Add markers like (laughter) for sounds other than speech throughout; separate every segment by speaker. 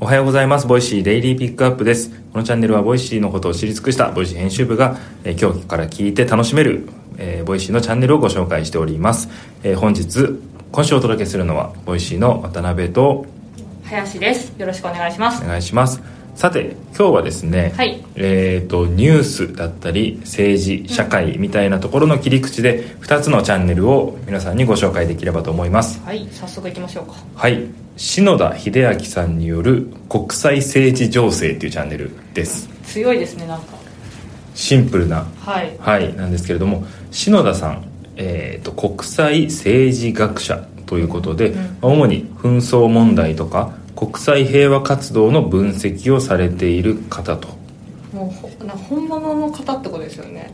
Speaker 1: おはようございます。ボイシーデイリーピックアップです。このチャンネルはボイシーのことを知り尽くしたボイシー編集部が、えー今日から聞いて楽しめる、えーボイシーのチャンネルをご紹介しております。えー本日、今週お届けするのは、ボイシーの渡辺と
Speaker 2: 林ですよろしくお願いします
Speaker 1: お願いします。さて、今日はですね、
Speaker 2: はい
Speaker 1: えっ、と、ニュースだったり、政治、社会みたいなところの切り口で、2つのチャンネルを皆さんにご紹介できればと思います。
Speaker 2: はい早速行きましょうか
Speaker 1: はい篠田秀明さんによる国際政治情勢というチャンネルです
Speaker 2: 強いですねなんか
Speaker 1: シンプルな
Speaker 2: はい
Speaker 1: はいなんですけれども篠田さん、えー、と国際政治学者ということで、
Speaker 2: うん
Speaker 1: まあ主に紛争問題とか国際平和活動の分析をされている方と
Speaker 2: もうほな本物の方ってことですよね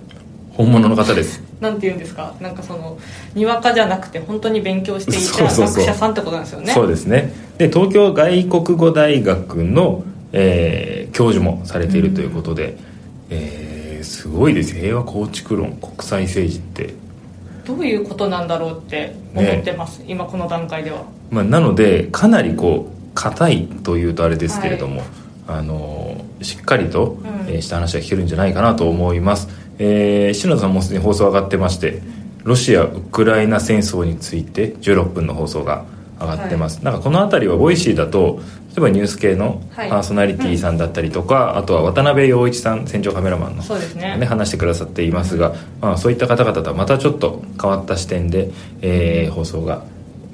Speaker 1: 本物の方です
Speaker 2: なんて言うんですかなんかそのにわかじゃなくて本当に勉強してい
Speaker 1: そう
Speaker 2: た
Speaker 1: そうそう
Speaker 2: 学者さんってことなんですよね
Speaker 1: そうですねで東京外国語大学の、えー教授もされているということで、えーすごいです平和構築論国際政治って、
Speaker 2: どういうことなんだろうって思ってます、今この段階では
Speaker 1: まあ、なのでかなりこう硬いというとあれですけれども、あのーしっかりと、
Speaker 2: ん
Speaker 1: えーした話が聞けるんじゃないかなと思います、えー篠田さんもすでに放送上がってましてロシア・ウクライナ戦争について16分の放送が上がってます、なんかこの辺りはボイシーだと例えばニュース系のパ
Speaker 2: はい
Speaker 1: ーソナリティさんだったりとか、あとは渡辺陽一さん船長カメラマンの
Speaker 2: そうですね
Speaker 1: ね、話してくださっていますが、まあ、そういった方々とはまたちょっと変わった視点で、えー放送が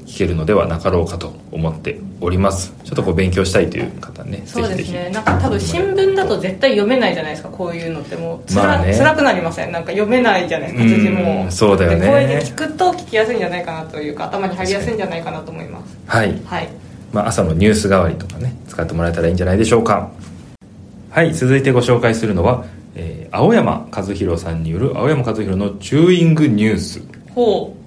Speaker 1: 聞けるのではなかろうかと思っておりますちょっとこう勉強したいという方ね
Speaker 2: そうですね
Speaker 1: ぜ
Speaker 2: なんか多分新聞だと絶対読めないじゃないですかこういうのってもうつら、
Speaker 1: まあね
Speaker 2: 辛くなりませんなんか読めないじゃないですか
Speaker 1: うん
Speaker 2: 時も
Speaker 1: そうだよね
Speaker 2: で声で聞くと聞きやすいんじゃないかなというか頭に入りやすいんじゃないかなと思います
Speaker 1: ひはい、
Speaker 2: はい
Speaker 1: まあ、朝のニュース代わりとかね使ってもらえたらいいんじゃないでしょうかはい続いてご紹介するのは、えー青山和弘さんによる青山和弘のチューイングニュース
Speaker 2: ほう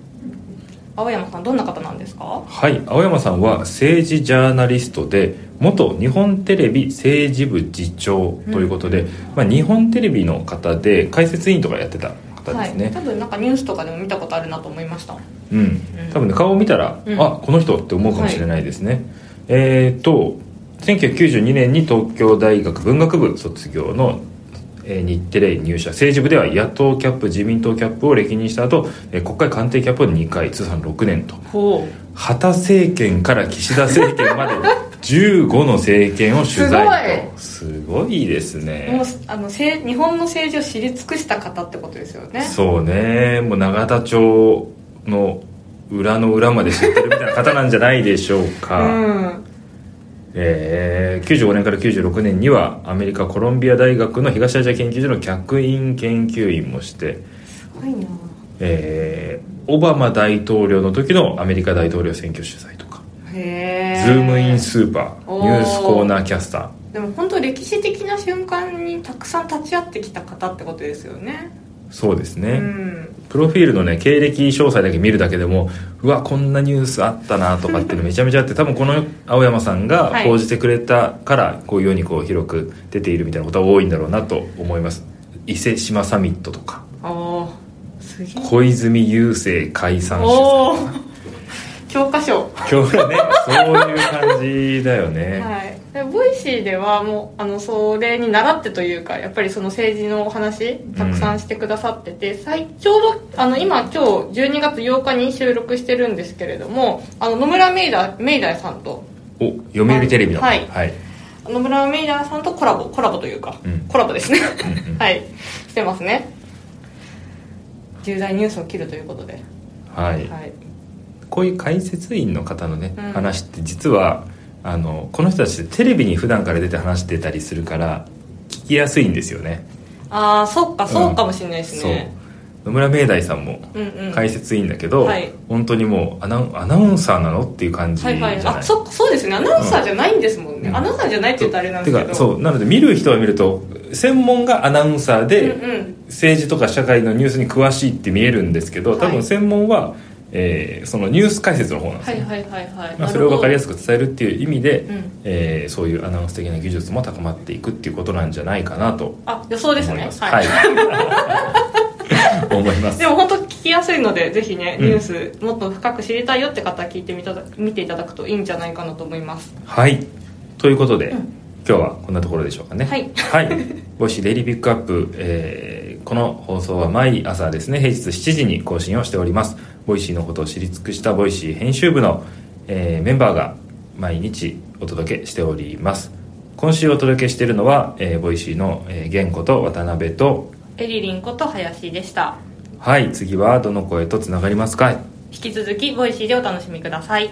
Speaker 2: 青山さんどんな方なんですか
Speaker 1: はい青山さんは政治ジャーナリストで元日本テレビ政治部次長ということで、まあ、日本テレビの方で解説委員とかやってた方ですね、
Speaker 2: はい、多分なんかニュースとかでも見たことあるなと思いました
Speaker 1: うん多分ね顔を見たら、
Speaker 2: うん
Speaker 1: あこの人って思うかもしれないですね、えっ、と1992年に東京大学文学部卒業のえー日テレ入社政治部では野党キャップ自民党キャップを歴任した後えー国会官邸キャップを2回通算6年と
Speaker 2: ほう
Speaker 1: 旗政権から岸田政権まで15の政権を取材とすごいです
Speaker 2: もう
Speaker 1: ね
Speaker 2: あのせい日本の政治を知り尽くした方ってことですよね
Speaker 1: そうねもう永田町の裏の裏まで知ってるみたいな方なんじゃないでしょう
Speaker 2: う
Speaker 1: か、
Speaker 2: ん
Speaker 1: えー95年から96年にはアメリカコロンビア大学の東アジア研究所の客員研究員もして、
Speaker 2: すごいな
Speaker 1: えーオバマ大統領の時のアメリカ大統領選挙取材とか、
Speaker 2: へえ
Speaker 1: ズームインスーパー
Speaker 2: おー
Speaker 1: ニュースコーナーキャスター
Speaker 2: でも本当歴史的な瞬間にたくさん立ち会ってきた方ってことですよね
Speaker 1: そうですね、
Speaker 2: うん
Speaker 1: プロフィールのね経歴詳細だけ見るだけでもうわこんなニュースあったなとかっていうのめちゃめちゃあって多分この青山さんが
Speaker 2: はい
Speaker 1: 報じてくれたからこういうようにこう広く出ているみたいなことは多いんだろうなと思います伊勢志摩サミットとか
Speaker 2: ああすげえ
Speaker 1: 小泉郵政解散主
Speaker 2: おお (laughs) 教科書
Speaker 1: 催今日はねそういう感じだよね、
Speaker 2: (laughs) はい、でボイシーではもうあのそれに習ってというかやっぱりその政治のお話たくさんしてくださってて、最ちょうどあの今今日12月8日に収録してるんですけれどもあの野村メイダーメイダーさんと
Speaker 1: お読売テレビの
Speaker 2: はい
Speaker 1: はい
Speaker 2: 野村メイダーさんとコラボコラボというか、
Speaker 1: うん
Speaker 2: コラボですね
Speaker 1: うんうん
Speaker 2: (laughs) はいしてますね重大ニュースを切るということで、
Speaker 1: はい
Speaker 2: はい、
Speaker 1: こういう解説員の方のね、
Speaker 2: うん
Speaker 1: 話って実はあのこの人たちってテレビに普段から出て話してたりするから聞きやすいんですよね
Speaker 2: ああそっかそうかもしれないです
Speaker 1: そう
Speaker 2: ね、
Speaker 1: 野村明大さんも
Speaker 2: うん、うん
Speaker 1: 解説員だけど、
Speaker 2: はい
Speaker 1: 本当にもうアナウンアナウンサーなのっていう感じじ
Speaker 2: は
Speaker 1: ゃないい、
Speaker 2: はい、あそっかそうですねアナウンサーじゃないんですもんね、
Speaker 1: うん
Speaker 2: アナウンサーじゃないって言うとあれなんですけ
Speaker 1: て
Speaker 2: ど
Speaker 1: かそうなので見る人は見ると専門がアナウンサーで、
Speaker 2: うんうん
Speaker 1: 政治とか社会のニュースに詳しいって見えるんですけど多
Speaker 2: は
Speaker 1: 分
Speaker 2: い
Speaker 1: 専門は、えーそのニュース解説の方なんです
Speaker 2: は
Speaker 1: よ、
Speaker 2: いはいはいはい、
Speaker 1: まあ、それを分かりや
Speaker 2: す
Speaker 1: すく伝えるっていう意味で、
Speaker 2: うん
Speaker 1: えーそういうアナウンス的な技術も高まっていくっていうことなんじゃないかなと
Speaker 2: あ予想です
Speaker 1: 思い
Speaker 2: ね
Speaker 1: ます
Speaker 2: はい、 (laughs)
Speaker 1: はい (laughs) 思います
Speaker 2: でも本当聞きやすいのでぜひね
Speaker 1: うん
Speaker 2: ニュースもっと深く知りたいよって方は聞いてみただ見ていただくといいんじゃないかなと思います
Speaker 1: はいということで、
Speaker 2: うん
Speaker 1: 今日はこんなところでしょうかね
Speaker 2: はい
Speaker 1: はい、ボイシーデイリーピックアップ、えーこの放送は毎朝ですね平日7時に更新をしておりますボイシーのことを知り尽くしたボイシー編集部の、えーメンバーが毎日お届けしております今週お届けしているのは、えーボイシーの、えー、玄子と渡辺と
Speaker 2: エリリンこと林でした
Speaker 1: はい次はどの声とつながりますか
Speaker 2: 引き続きボイシーでお楽しみください